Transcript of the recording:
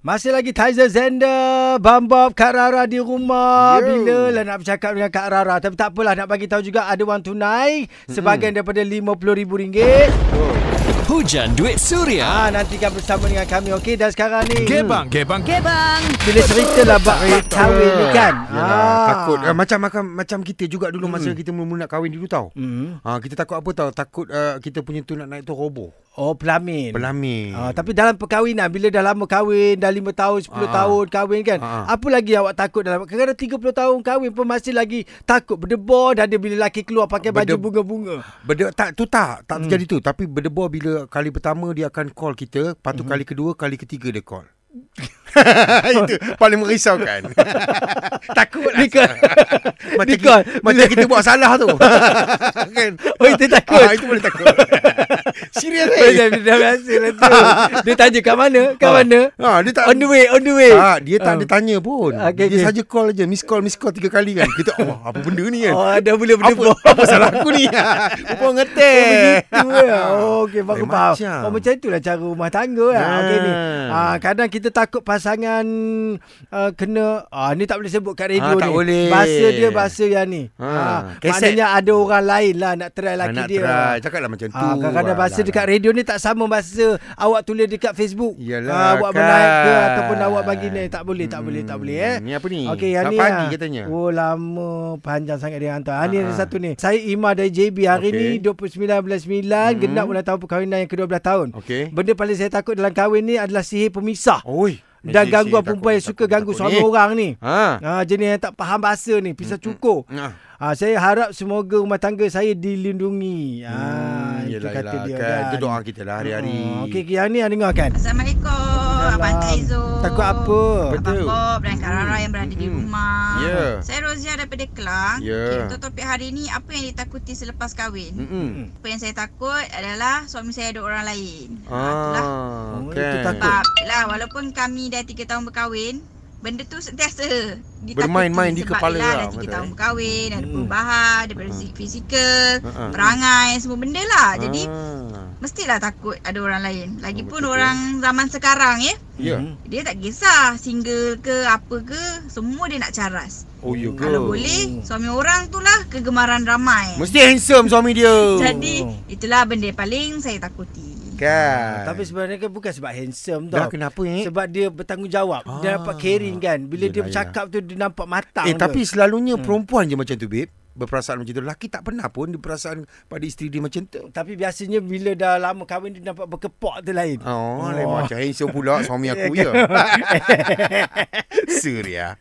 Masih lagi Tyson Zender Bambam Kak Rara di rumah Yo. Bila lah nak bercakap dengan Kak Rara Tapi tak apalah nak bagi tahu juga Ada wang tunai Sebahagian daripada RM50,000 Hujan Duit Suria. Ah, Nantikan bersama dengan kami Okey dan sekarang ni Gebang, gebang. Gebang. Bila cerita lah Bak bak kahwin ni kan Yalah, takut uh, macam macam macam kita juga dulu masa kita mula-mula nak kahwin dulu tau. Mm. Ha, kita takut apa tau? Takut uh, kita punya tu nak naik tu roboh. Oh pelamin Pelamin. Ah, tapi dalam perkahwinan bila dah lama kahwin dah 5 tahun 10 Ah. tahun kahwin kan Ah. apa lagi awak takut dalam kadang-kadang 30 tahun kahwin pun masih lagi takut berdebar dan ada bila lelaki keluar pakai baju Berde- bunga-bunga Berde, tak tu tak tak terjadi tu tapi berdebar bila kali pertama dia akan call kita, lepas tu kali kedua, kali ketiga dia call. Itu paling merisaukan. takut lah. Nikah. macam Nikah. kita, macam kita buat salah tu. kan? Oh, itu takut. Ah, itu boleh takut. Serius Dia eh. dah biasa lah tu Dia tanya kat mana Kat Ah. mana Ah, dia tak On the way On the way Ah, dia tak ada Ah. tanya pun. Okey, dia okey. saja call je. Miss call, miss call tiga kali kan. Kita, oh, apa benda ni kan? Oh dah boleh apa, berdebar apa salah aku ni? Ah. Apa ngerti? Begitu lah. Oh, okey, aku Lain faham. Ah. macam. Oh, macam itulah cara rumah tangga lah. Ah. Okey ni. Ah, kadang kita takut pasangan uh, kena ah ni tak boleh sebut kat radio Ah, tak ni. boleh. Bahasa dia bahasa yang ni. Ah, Ah, keset. maknanya ada orang lain lah nak try Ah, laki nak dia. try. Cakaplah macam tu. Ah, kadang-kadang bahasa Alah, dekat alah. radio ni tak sama bahasa awak tulis dekat Facebook. Yalah, Ah, awak kan. menaik ke ataupun awak bagi ni tak boleh, tak boleh, tak boleh eh. Hmm, ni apa ni? Okey, Tak yang ni. pagi ah. katanya. Oh, lama panjang sangat dia hantar. Ha, ni ada Ah, ah. satu ni. Saya Ima dari JB hari Okey. ni 29 bulan 9 hmm. genap ulang tahun perkahwinan yang ke-12 tahun. Okey. Benda paling saya takut dalam kahwin ni adalah sihir pemisah. Oi. Dan Mesej, gangguan takut, perempuan yang takut, suka ganggu takut suami ni. orang ni. Ha. Ha, jenis yang tak faham bahasa ni Pisah cukur Hmm, ah. ha, Saya harap semoga rumah tangga saya dilindungi ha, Itu yelah, kata yelah, dia kan. kan Itu doa kita lah hari-hari. Hmm, Okey, okay, yang ni yang dengarkan Assalamualaikum Abang Taizo Takut apa? Abang Betul. Bob dan Kak Rara yang berada di Mm-mm. rumah Ya. Saya Rozia daripada Kelang Ya. okay, Untuk topik hari ni Apa yang ditakuti selepas kahwin? Mm-mm. Hmm. Apa yang saya takut adalah Suami saya ada orang lain Ah, itulah. Ah, Oh, itu kan. takut. Sebab lah walaupun kami dah 3 tahun berkahwin Benda tu sentiasa ditakuti Bermain-main di sebab kepala yelah lah, Dah 3 betul, tahun eh. berkahwin Ada Mm. perubahan Daripada segi fizikal Ha-ha. Perangai Semua benda lah Jadi Ha, Ah. Oh, Mestilah takut ada orang lain Lagipun betul tu. orang zaman sekarang ya Ya. Hmm. Dia tak kisah single ke apa ke Semua dia nak caras Oh, ya ke? Kalau boleh suami orang tu lah kegemaran ramai Mesti handsome suami dia. Jadi itulah benda yang paling saya takuti Kan. Tapi sebenarnya kan bukan sebab handsome Dah tau kenapa eh? Sebab dia bertanggungjawab ah. Dia Ah. dapat caring kan Bila yelah, dia Yelah, bercakap yelah. tu Dia nampak matang tu. Eh Hmm. tapi selalunya perempuan je macam tu babe Berperasaan macam tu Lelaki tak pernah pun Dia perasaan pada isteri dia macam tu Tapi biasanya Bila dah lama kahwin Dia nampak berkepak tu lain Eh, Oh, oh. Lain macam handsome pula suami aku ya Suria